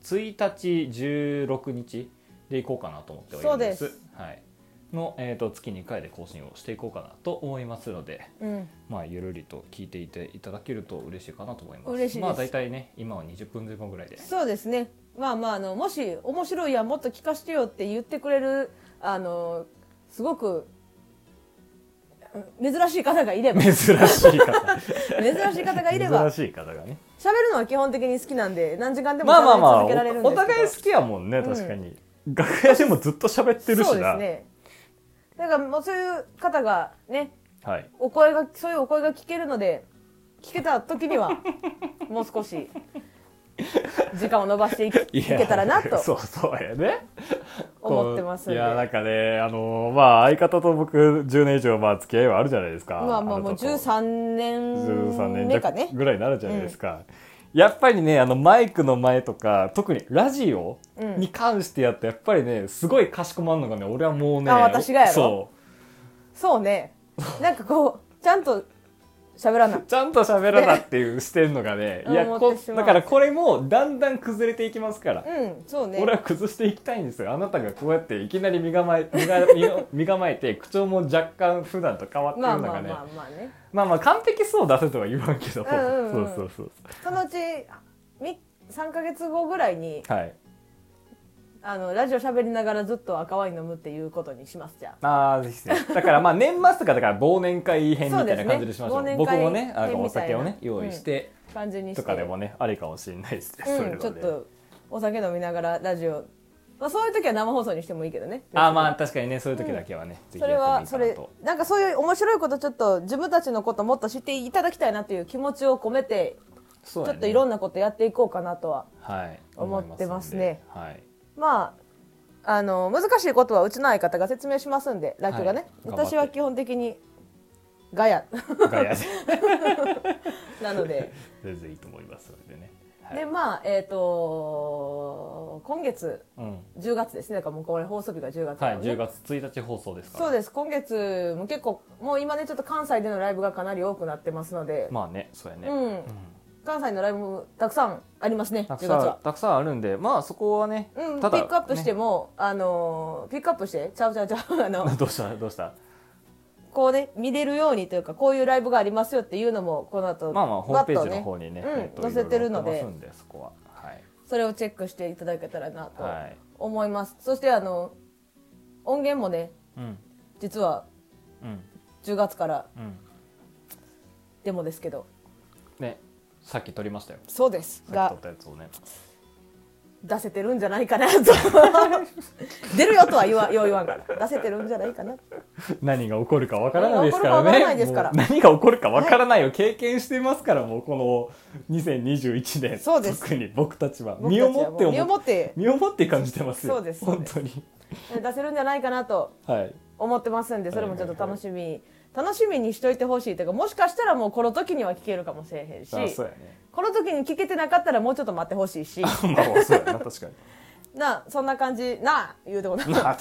Speaker 1: 1日16日でいこうかなと思っております
Speaker 2: そうです
Speaker 1: はい、の、えー、と月2回で更新をしていこうかなと思いますので
Speaker 2: うん
Speaker 1: まあゆるりと聞いていていただけると嬉しいかなと思います
Speaker 2: 嬉しいです
Speaker 1: まあ大体ね今は20分前後ぐらいで
Speaker 2: そうですねまあまああのもし面白いやんもっと聞かしてよって言ってくれるあのすごくうん珍しい方がい れば珍
Speaker 1: 珍しい方
Speaker 2: しい方がいれ
Speaker 1: 珍
Speaker 2: ば
Speaker 1: しい方がね
Speaker 2: 喋るのは基本的に好きなんで何時間でも
Speaker 1: まあまあまあ
Speaker 2: 喋り続けられるんですけど、
Speaker 1: お互い好きやもんね確かに、楽屋でもずっと喋ってるしな
Speaker 2: そうですねだからもうそういう方がね
Speaker 1: はい
Speaker 2: お声がそういうお声が聞けるので聞けた 時にはもう少し時間を延ばしていけいけたらなと
Speaker 1: そうそうやね
Speaker 2: 思ってますん
Speaker 1: い
Speaker 2: で
Speaker 1: やなんかねあのまあ相方と僕10年以上まあ付き合いはあるじゃないですか
Speaker 2: まあまあもう
Speaker 1: なたと
Speaker 2: 13
Speaker 1: 13
Speaker 2: 年
Speaker 1: 年
Speaker 2: 目かね
Speaker 1: 弱ぐらいになるじゃないですか、やっぱりねあのマイクの前とか特にラジオ
Speaker 2: うん
Speaker 1: に関してやってやっぱりねすごいかしこまんのがね俺はもうね
Speaker 2: あ私がやろ
Speaker 1: そう
Speaker 2: そうねなんかこうちゃんと喋らない
Speaker 1: ちゃんと喋らなっていう視点のがね、いや、
Speaker 2: 思っ
Speaker 1: こ
Speaker 2: てしまう
Speaker 1: だからこれもだんだん崩れていきますから。
Speaker 2: うんそうね
Speaker 1: 俺は崩していきたいんですよ。あなたがこうやっていきなり身構え、身 が身の身構えて、口調も若干普段と変わってる
Speaker 2: まあ
Speaker 1: の
Speaker 2: ま
Speaker 1: が
Speaker 2: あ
Speaker 1: ね。
Speaker 2: まあまあね
Speaker 1: まあまあ完璧そう出せとは言わんけど。
Speaker 2: うんうんうん
Speaker 1: そうそうそう。
Speaker 2: そのうちみ3ヶ月後ぐらいに
Speaker 1: はい。
Speaker 2: あのラジオ喋りながらずっと赤ワイン飲むっていうことにしますじゃあ
Speaker 1: あーぜひぜひだからまあ年末とかだから忘年会編みたいな感じでしましょ
Speaker 2: そううですね
Speaker 1: 僕もねあ
Speaker 2: 忘年会
Speaker 1: の
Speaker 2: 編
Speaker 1: お
Speaker 2: みたい
Speaker 1: 酒
Speaker 2: な
Speaker 1: をね用意して、
Speaker 2: 感じにして
Speaker 1: とかでもねありかもしれないですね、それ
Speaker 2: うん、
Speaker 1: は
Speaker 2: ちょっ
Speaker 1: ね
Speaker 2: とお酒飲みながらラジオ、まあ、そういう時は生放送にしてもいいけどね
Speaker 1: あーまあ確かにねそういう時だけはね、ぜひ
Speaker 2: それ
Speaker 1: やっ
Speaker 2: は
Speaker 1: て
Speaker 2: そ
Speaker 1: もいい
Speaker 2: れ
Speaker 1: かなと
Speaker 2: なんかそういう面白いことちょっと自分たちのこともっと知っていただきたいなという気持ちを込めて、
Speaker 1: そう
Speaker 2: ち
Speaker 1: だ
Speaker 2: ょっ
Speaker 1: ね
Speaker 2: といろんなことやっていこうかなとは
Speaker 1: はい
Speaker 2: 思ってますね
Speaker 1: 思いますんではい
Speaker 2: まああの難しいことはうちの相方が説明しますんでラッキョがね、
Speaker 1: はい
Speaker 2: 私は基本的にガヤ
Speaker 1: ガヤで
Speaker 2: なの で
Speaker 1: 全然いいと思いますのでね、はい、
Speaker 2: でまあえっ、と今月
Speaker 1: うん
Speaker 2: 10月ですねだからもうこれ放送日が10月
Speaker 1: は
Speaker 2: ないのでね、
Speaker 1: 10月1日放送ですから
Speaker 2: そうです今月も結構もう今ねちょっと関西でのライブがかなり多くなってますので、
Speaker 1: まあねそうやね、
Speaker 2: うん関西のライブもたくさんありますね
Speaker 1: たく
Speaker 2: 10月
Speaker 1: さ
Speaker 2: は
Speaker 1: ん。たくさんあるんでまあそこはね、
Speaker 2: うん、ピ
Speaker 1: ただ
Speaker 2: ックアップして
Speaker 1: ね、
Speaker 2: も、あのーピックアップしてちゃうちゃうちゃうあの
Speaker 1: どうしたどうした
Speaker 2: こうね見れるようにというかこういうライブがありますよっていうのもこの後
Speaker 1: まあまあホームページの方にね
Speaker 2: バッと
Speaker 1: えっと
Speaker 2: うん、載せてるの
Speaker 1: い
Speaker 2: で
Speaker 1: ろいろ載ってますんでそこははい
Speaker 2: それをチェックしていただけたらなと
Speaker 1: はい
Speaker 2: 思います、そしてあの音源もね
Speaker 1: うん
Speaker 2: 実は
Speaker 1: うん
Speaker 2: 10月から
Speaker 1: うん
Speaker 2: デモですけど
Speaker 1: ねさっき撮りましたよ
Speaker 2: そうです
Speaker 1: さっき
Speaker 2: が
Speaker 1: 撮ったやつをね
Speaker 2: 出せてるんじゃないかなと 出るよとは言わよう言わんから出せてるんじゃないかな
Speaker 1: 何が起こるかわからないですからね。
Speaker 2: 何が起こるかわからないですか
Speaker 1: も
Speaker 2: ら
Speaker 1: う何が起こるかわからないを経験してますから、もうこの2021年。
Speaker 2: そうです
Speaker 1: 特に僕たちは。
Speaker 2: 僕たち
Speaker 1: 身
Speaker 2: は
Speaker 1: を
Speaker 2: もう
Speaker 1: もって思
Speaker 2: 身をもって
Speaker 1: 身をもって感じてますよ。
Speaker 2: そうです
Speaker 1: 本当に。
Speaker 2: 出せるんじゃないかなと
Speaker 1: はい。
Speaker 2: 思ってますんでそれもちょっと楽しみ、楽しみにしといてほしいというかもしかしたらもうこの時には聞けるかもしれへんし
Speaker 1: あそうやね。
Speaker 2: この時に聞けてなかったらもうちょっと待ってほし いし
Speaker 1: まあまあ、そうやな、確かに。
Speaker 2: なあそんな感じなあ言うても な
Speaker 1: はい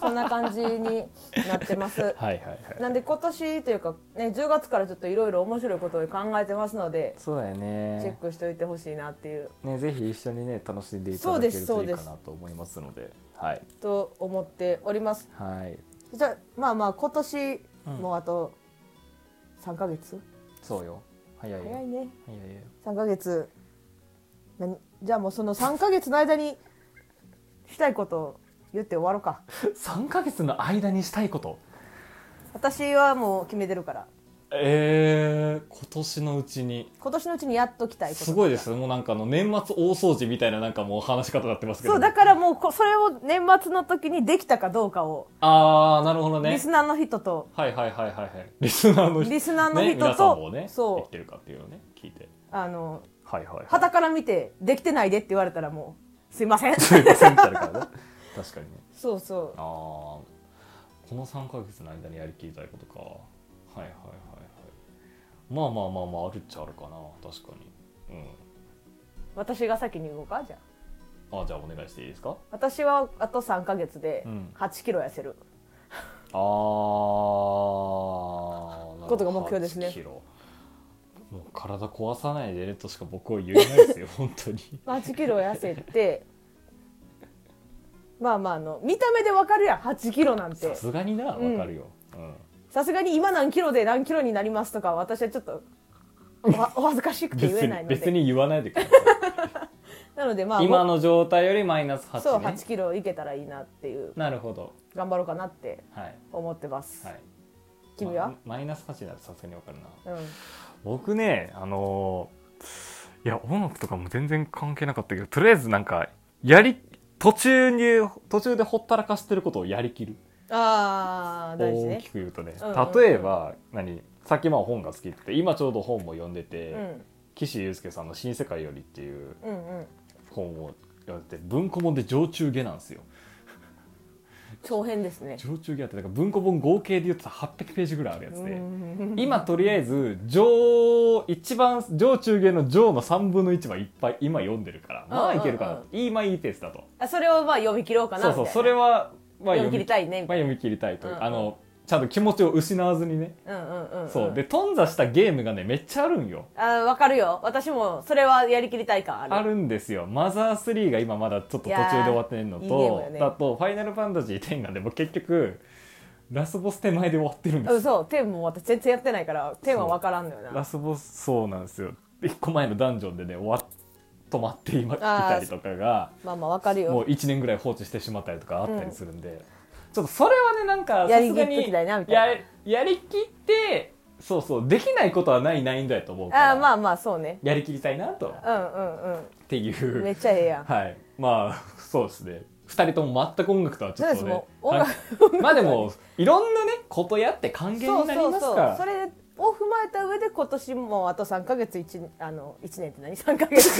Speaker 2: そんな感じになっ てます
Speaker 1: はいはい。
Speaker 2: なんで今年というかね10月からちょっといろいろ面白いことを考えてますので
Speaker 1: そうだよ
Speaker 2: チェッ
Speaker 1: ね。
Speaker 2: クしておいてほしいなっていう
Speaker 1: ね、ぜひ一緒にね、楽しんでいた
Speaker 2: そう
Speaker 1: だけ
Speaker 2: で
Speaker 1: る
Speaker 2: す
Speaker 1: といい
Speaker 2: そうで
Speaker 1: か
Speaker 2: す
Speaker 1: なと思いますので。はい。
Speaker 2: と思っております
Speaker 1: はい。
Speaker 2: じゃあまあまあ今年もうあと3ヶ月、
Speaker 1: そうよ。早いよ。
Speaker 2: 早いね
Speaker 1: 早いよ。
Speaker 2: 3ヶ月何じゃあもうその3ヶ月の間にしたいことを言って終わろうか
Speaker 1: 3ヶ月の間にしたいこと。
Speaker 2: 私はもう決めてるから
Speaker 1: えー、今年のうちに。
Speaker 2: 今年のうちにやっときたいこと
Speaker 1: すごいですもうなんかあの年末大掃除みたいななんかもう話し方になってますけど
Speaker 2: そうだからもうこそれを年末の時にできたかどうかを
Speaker 1: ああなるほど
Speaker 2: リ
Speaker 1: ね
Speaker 2: スナーの人と、
Speaker 1: はいはいはいはいはいリスナーの人
Speaker 2: リスナーの人と
Speaker 1: ね、皆さんもね
Speaker 2: そう
Speaker 1: できてるかっていうのをね聞いて
Speaker 2: あの
Speaker 1: はいはいはい
Speaker 2: 旗から見てできてないでって言われたらもうすいません
Speaker 1: すいませんってなるからね 確かにね
Speaker 2: そうそう
Speaker 1: ああこの3ヶ月の間にやりきりたいことかはいはいはいはいまあまあまあまああるっちゃあるかな確かにう
Speaker 2: 私が先に動こうかじゃあ
Speaker 1: んあじゃあお願いしていいですか
Speaker 2: 私はあと3ヶ月で
Speaker 1: うん
Speaker 2: 8キロ痩せる、
Speaker 1: ああ
Speaker 2: ことが目標ですね
Speaker 1: もう体壊さないでねとしか僕は言えないです よ本当に
Speaker 2: まあ8キロ痩せてまあまああの見た目でわかるやん8キロなんて
Speaker 1: さすがになわ
Speaker 2: うん
Speaker 1: かるよ、うん
Speaker 2: さすがに今何キロで何キロになりますとか私はちょっとおはお恥ずかしくて言
Speaker 1: 別
Speaker 2: えない
Speaker 1: に
Speaker 2: の
Speaker 1: 別
Speaker 2: で
Speaker 1: に言わないでくださ
Speaker 2: なのでまあ
Speaker 1: い今の状態よりマイナス
Speaker 2: 僕そう
Speaker 1: 8ね
Speaker 2: 8キロいけたらいいなっていう
Speaker 1: なるほど
Speaker 2: 頑張ろうかなって
Speaker 1: はい
Speaker 2: 思ってます、
Speaker 1: はい
Speaker 2: 君は、
Speaker 1: まマイナス8ならさすがにわかるな
Speaker 2: うん
Speaker 1: 僕ねあのーいや音楽とかも全然関係なかったけどとりあえずなんかやり途中に途中でほったらかしてることをやりきる
Speaker 2: あー大事
Speaker 1: 大
Speaker 2: ね
Speaker 1: きく言うとね、
Speaker 2: うんうんうん
Speaker 1: 例えば何さっきまあ本が好きって言って今ちょうど本も読んでて、
Speaker 2: うん
Speaker 1: 岸優介さんの「新世界より」っていう
Speaker 2: うんうん
Speaker 1: 本を読んでて文庫本で上中下なんですよ
Speaker 2: 長編ですね
Speaker 1: 上中下ってだから文庫本合計で言ってたら800ページぐらいあるやつで、
Speaker 2: うん
Speaker 1: 今とりあえず上一番上中下の上の3分の1はいっぱい今読んでるからまあいけるかな
Speaker 2: うん
Speaker 1: と
Speaker 2: うん、
Speaker 1: いいまあいいペースだと
Speaker 2: あそれをまあ読み切ろうかな
Speaker 1: そ
Speaker 2: み
Speaker 1: う
Speaker 2: たい
Speaker 1: そうそ
Speaker 2: な
Speaker 1: れは、まあ、
Speaker 2: 読み切り
Speaker 1: い
Speaker 2: たいね
Speaker 1: ま
Speaker 2: みた
Speaker 1: あ、
Speaker 2: いな、
Speaker 1: 読み切りたいという、
Speaker 2: うんうん
Speaker 1: あのちゃんと気持ちを失わずにね
Speaker 2: うんうんうんん
Speaker 1: そうで頓挫したゲームがねめっちゃあるんよ
Speaker 2: あわかるよ私もそれはやりきりたい感ある
Speaker 1: あるんですよマザー3が今まだちょっと途中で終わってるの
Speaker 2: いやーいいゲーム
Speaker 1: と
Speaker 2: やね
Speaker 1: だと「ファイナルファンタジー10」がでも結局ラスボス手前で終わってるんですよ
Speaker 2: そう天も私全然やってないから天はわからんのよな
Speaker 1: ラスボスそうなんですよ1個前のダンジョンでね終わっ止まっていまいたりとかが
Speaker 2: まあまあわかる
Speaker 1: も
Speaker 2: よ
Speaker 1: う1年ぐらい放置してしまったりとかあったりするんで、ちょっとそれはねなんか
Speaker 2: や
Speaker 1: さ
Speaker 2: り
Speaker 1: す
Speaker 2: き
Speaker 1: が
Speaker 2: っと
Speaker 1: に
Speaker 2: きたいなみたいな
Speaker 1: ややりきってそうそうできないことはないないんだと思うから
Speaker 2: ああーまあまあそうね
Speaker 1: やりきりたいなと
Speaker 2: うんうん
Speaker 1: ってい
Speaker 2: うん
Speaker 1: う
Speaker 2: めっちゃええやん
Speaker 1: はいまあ そうですね2人とも全く音楽とはちょっと
Speaker 2: そう
Speaker 1: ね
Speaker 2: ですもう音楽
Speaker 1: はい まあでもいろんなねことやって還元
Speaker 2: そう
Speaker 1: になり
Speaker 2: そう
Speaker 1: ます
Speaker 2: そ
Speaker 1: か
Speaker 2: う
Speaker 1: ら
Speaker 2: それを踏まえた上で今年もあと3か月一あの一年って何3か 月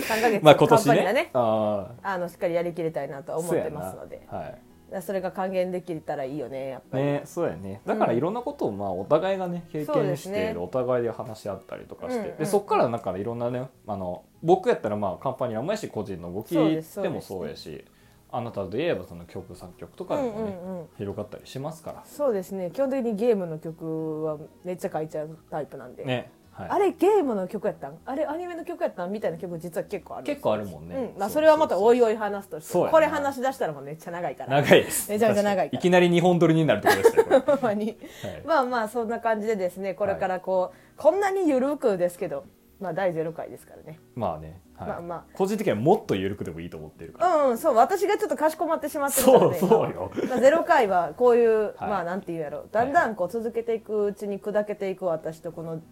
Speaker 2: 三ヶ月
Speaker 1: まあ今年
Speaker 2: カンパ
Speaker 1: ね
Speaker 2: ニーがね
Speaker 1: あ
Speaker 2: あのしっかりやりきれたいなとは
Speaker 1: あ
Speaker 2: 思ってますので
Speaker 1: そうやなはい
Speaker 2: それが還元できたらいいよねやっぱり、
Speaker 1: ね、そうやねだからいろんなことをまあお互いがね経
Speaker 2: そうで
Speaker 1: 験し
Speaker 2: す
Speaker 1: て
Speaker 2: ね
Speaker 1: いる、お互いで話し合ったりとかして、
Speaker 2: うんうん
Speaker 1: でそこからだからいろんなねあの僕やったらまあカンパニーもやし個人の動き
Speaker 2: そうです
Speaker 1: でもそうやしあなたで言えばその曲作曲と
Speaker 2: う
Speaker 1: かでも
Speaker 2: ん
Speaker 1: ね、
Speaker 2: うんうん
Speaker 1: 広がったりしますか
Speaker 2: そうですね基本的にゲームの曲はめっちゃ書いちゃうタイプなんで、
Speaker 1: らね、はい、
Speaker 2: あれゲームの曲やったんあれアニメの曲やったんみたいな曲実は結構あるんです
Speaker 1: 結構あるもんね、
Speaker 2: うんまあ、それはまた
Speaker 1: 多
Speaker 2: お
Speaker 1: い
Speaker 2: いおい話すとして
Speaker 1: そうやな
Speaker 2: これ話し出したらもうめっちゃ長いから
Speaker 1: 長いです
Speaker 2: めちゃめちゃ長いから
Speaker 1: 確かにいきなり日本撮りになるところでしたよこれ
Speaker 2: ほんまに
Speaker 1: はい
Speaker 2: まあまあそんな感じでですねこれからこう、こんなにゆるくですけどまあ第0回ですからね
Speaker 1: まあね、はい
Speaker 2: まあま
Speaker 1: 個人的にはもっと緩くでもいいと思ってるから、
Speaker 2: うん、うん、そう私がちょっとかしこまってしまってるから
Speaker 1: そ
Speaker 2: ね
Speaker 1: うそうよ
Speaker 2: 今まあ、0回はこういう、
Speaker 1: はい
Speaker 2: まあなんて言うんやろだんだんこう続けていくうちに砕けていく私とこの、
Speaker 1: うん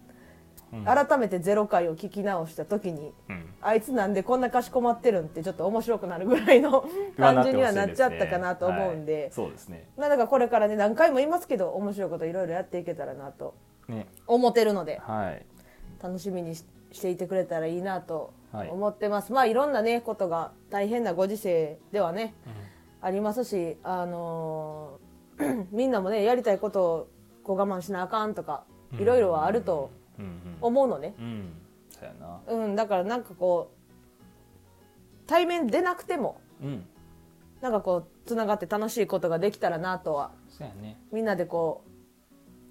Speaker 2: 改めて0回を聞き直した時に
Speaker 1: うん
Speaker 2: あいつなんでこんなかしこまってるんってちょっと面白くなるぐらい の感じにはなっちゃったかなと思うんで
Speaker 1: はいそうですね
Speaker 2: まあだからこれからね何回も言いますけど面白いこといろいろやっていけたらなと
Speaker 1: ね
Speaker 2: 思ってるので
Speaker 1: はい
Speaker 2: 楽しみにししていてくれたらいいなと
Speaker 1: はい
Speaker 2: 思ってます、まあいろんなねことが大変なご時世ではね、ありますしあのー みんなもねやりたいことをこう我慢しなあかんとかいろいろはあると
Speaker 1: うんうん
Speaker 2: 思うのね、
Speaker 1: うんそうやな
Speaker 2: うん、だからなんかこう対面出なくても
Speaker 1: うん
Speaker 2: なんかこうつながって楽しいことができたらなとは
Speaker 1: そうやね
Speaker 2: みんなでこ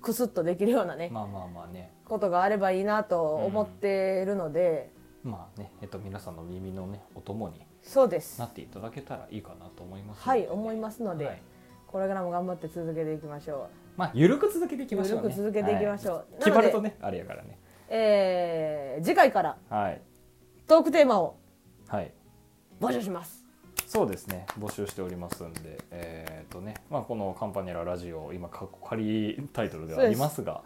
Speaker 2: うクスッとできるようなね、
Speaker 1: まあまあまあね
Speaker 2: ことがあればいいなと思っているので、
Speaker 1: まあねえっと皆さんの耳のねお供に
Speaker 2: そうです
Speaker 1: なっていただけたらいいかなと思います
Speaker 2: はい思
Speaker 1: い
Speaker 2: いますので、
Speaker 1: はい
Speaker 2: これからも頑張って続けていきましょ
Speaker 1: まあゆるく続けていきましょうね
Speaker 2: 緩く続けていきましょう
Speaker 1: は
Speaker 2: なので
Speaker 1: 決まるとねあれやからね
Speaker 2: う、えー次回から
Speaker 1: はい
Speaker 2: トークテーマを
Speaker 1: はい
Speaker 2: 募集します
Speaker 1: そうですね募集しておりますんでえーっとねまあこの「カンパネララジオ」今かっこ仮タイトルではありますが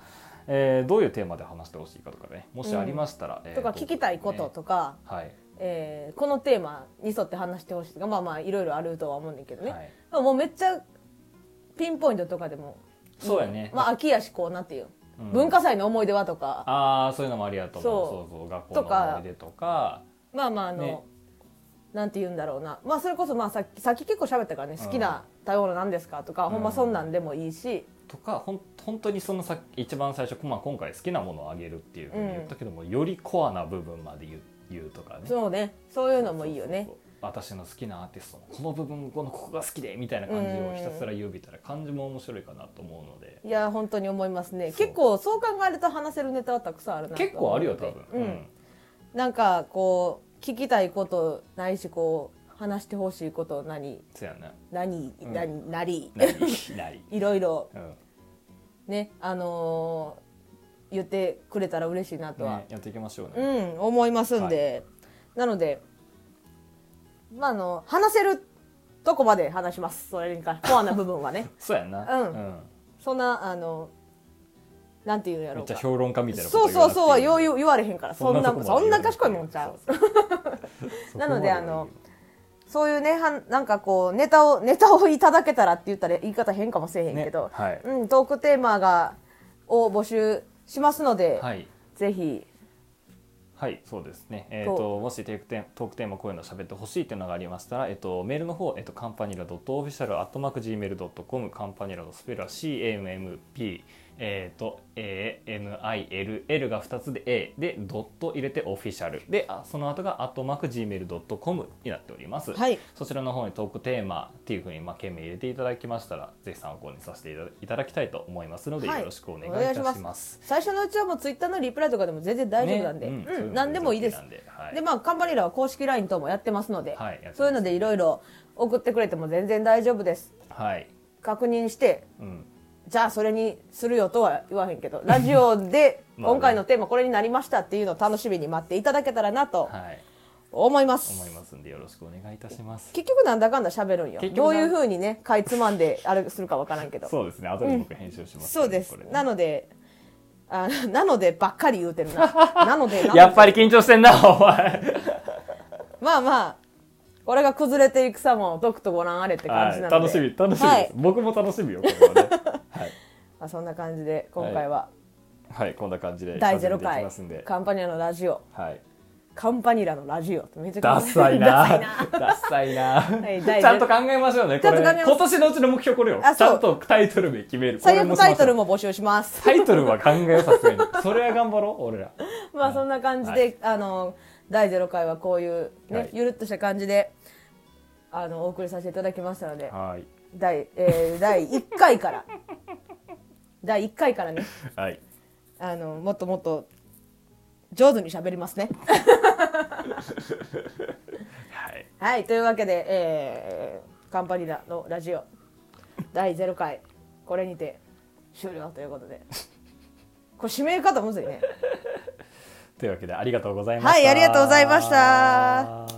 Speaker 1: えーどういうテーマで話してほしいかとかねもしありましたら、えー
Speaker 2: とか
Speaker 1: どうぞ
Speaker 2: 聞きたいこととか、
Speaker 1: はい
Speaker 2: えーこのテーマに沿って話してほしいとかまあまあいろいろあるとは思うんだけどね、
Speaker 1: はい
Speaker 2: まあもうめっちゃピンポイントとかでも
Speaker 1: そうやね、
Speaker 2: まあ秋やしこうなんていう、
Speaker 1: うん
Speaker 2: 文化祭の思い出はとか
Speaker 1: ああそういうのもありやと思う
Speaker 2: そう
Speaker 1: そうそう学校の思い出とか
Speaker 2: まあまああの、
Speaker 1: ね
Speaker 2: なんて言うんだろうなまあそれこそまあさっきさっき結構喋ったからね好きな食べ物なんですかとか、
Speaker 1: ん
Speaker 2: ほんまそんなんでもいいし、
Speaker 1: とかほん本当にそのさ一番最初、まあ、今回好きなものをあげるっていうふうに言ったけども、よりコアな部分まで言う言うとかね
Speaker 2: そうねそういうのもいいよね
Speaker 1: そうそうそう私の好きなアーティストのこの部分このここが好きでみたいな感じをひたすら言うみたいな感じも面白いかなと思うので、
Speaker 2: いや本当に思いますね
Speaker 1: そう
Speaker 2: 結構そう考えると話せるネタはたくさんあるなと
Speaker 1: 結構あるよ多
Speaker 2: 思う
Speaker 1: 分
Speaker 2: ので、うん、なんかこう聞きたいことないしこう話してほしいこと何
Speaker 1: そうやな
Speaker 2: 何
Speaker 1: ん
Speaker 2: 何なり、
Speaker 1: なりなり、
Speaker 2: いろいろ
Speaker 1: うん
Speaker 2: ねあのー言ってくれたら嬉しいな とは
Speaker 1: ね、やっていきましょうね、
Speaker 2: うん、思いますんで、なので、まあ、あの話せるとこまで話しますそれに関コアな部分 はね
Speaker 1: そうやな、
Speaker 2: うんそんなあのなんていうんや
Speaker 1: め
Speaker 2: ろ
Speaker 1: っ
Speaker 2: う
Speaker 1: ちゃ
Speaker 2: か
Speaker 1: 評論家みたいなこと
Speaker 2: そうそうそうは
Speaker 1: よ
Speaker 2: よう言う言われへんからそんなそん
Speaker 1: とこま
Speaker 2: な
Speaker 1: で
Speaker 2: 賢いもんちゃう
Speaker 1: そうそうそう
Speaker 2: なのであの
Speaker 1: そこま
Speaker 2: そういうねはんなんかこうネタをネタをいただけたらって言ったら言い方変かもしれへん
Speaker 1: ね
Speaker 2: けど、
Speaker 1: はい
Speaker 2: うん、トークテーマがを募集しますので、
Speaker 1: はい
Speaker 2: ぜひ
Speaker 1: はい、そうですね。えっ、と、もしテークテーマトークテーマこういうの喋ってほしいっていうのがありましたら、えっ、と、メールの方、えっ、と、カンパニラドットオフィシャルアットマーク Gmail.com、カンパニラのスペルは CMMP、えっ、と、ANILL が2つで A で、ドット入れてオフィシャル。で、あその後がアットマーク Gmail.com になっております。
Speaker 2: はい
Speaker 1: そちらの方にトークテーマっていうふうに、まあ、件名入れていただきましたら、ぜひ参考にさせていただいただきたいと思いますので、
Speaker 2: はい
Speaker 1: よろしくお願いいたします。
Speaker 2: 最初のうちはもうツイッターのリプライとかでも全然大丈夫なんで、
Speaker 1: ね
Speaker 2: うん
Speaker 1: そううの
Speaker 2: 何でもいいです
Speaker 1: なんではい
Speaker 2: でまあカンパニラは公式 LINE 等もやってますので、
Speaker 1: はいやってます
Speaker 2: そういうのでいろいろ送ってくれても全然大丈夫です
Speaker 1: はい。
Speaker 2: 確認して
Speaker 1: うん。
Speaker 2: じゃあそれにするよとは言わへんけ どラジオで
Speaker 1: まあね
Speaker 2: 今回のテーマこれになりましたっていうのを楽しみに待っていただけたらなと
Speaker 1: はい。
Speaker 2: 思います
Speaker 1: 思いますんでよろしくお願いいたします
Speaker 2: 結局なんだかんだ喋るんよ
Speaker 1: 結局
Speaker 2: ど
Speaker 1: な
Speaker 2: ういう風にねかいつまんであれするかわからんけど
Speaker 1: そうですね後で僕編集します
Speaker 2: そうです
Speaker 1: これね
Speaker 2: なのであ なのでばっかり言うてる ななのでなので
Speaker 1: やっぱり緊張してんなお前
Speaker 2: まあまあこれが崩れていくさもとくとご覧あれって感
Speaker 1: は
Speaker 2: じ
Speaker 1: い
Speaker 2: なので、
Speaker 1: 楽しみ楽しみです、
Speaker 2: はい
Speaker 1: 僕も楽しみよこれはねはい、
Speaker 2: まあ、そんな感じで今回は
Speaker 1: はい、こんな感じで
Speaker 2: 第
Speaker 1: 始め
Speaker 2: 0
Speaker 1: てい
Speaker 2: 回
Speaker 1: きますんで
Speaker 2: カンパニアのラジオ
Speaker 1: はい
Speaker 2: カンパニラのラジオってめちゃくちゃ
Speaker 1: ダサいな
Speaker 2: ダサ
Speaker 1: ダサいな
Speaker 2: い第
Speaker 1: ち
Speaker 2: 0
Speaker 1: ゃんと考えましょうねこれ
Speaker 2: ちゃんと考えます
Speaker 1: 今年のうちの目標これよ
Speaker 2: あ
Speaker 1: ち
Speaker 2: そう
Speaker 1: ゃんとタイトル名決める
Speaker 2: 最悪タイトル
Speaker 1: も
Speaker 2: も募集します
Speaker 1: タイトルは考えようさすがにそれは頑張ろう俺ら
Speaker 2: まあそんな感じで、
Speaker 1: は
Speaker 2: あの第0回はこういう、ね
Speaker 1: はい
Speaker 2: ゆるっとした感じであのお送りさせていただきましたので
Speaker 1: はい
Speaker 2: 第,、えー第1回 から第1回からね
Speaker 1: はい
Speaker 2: あのもっともっと上手に喋りますね。
Speaker 1: はい
Speaker 2: はいというわけで、えーカンパニラのラジオ第0回これにて終了ということでこれ締め方むずいね。
Speaker 1: というわけでありがとうございました
Speaker 2: はいありがとうございました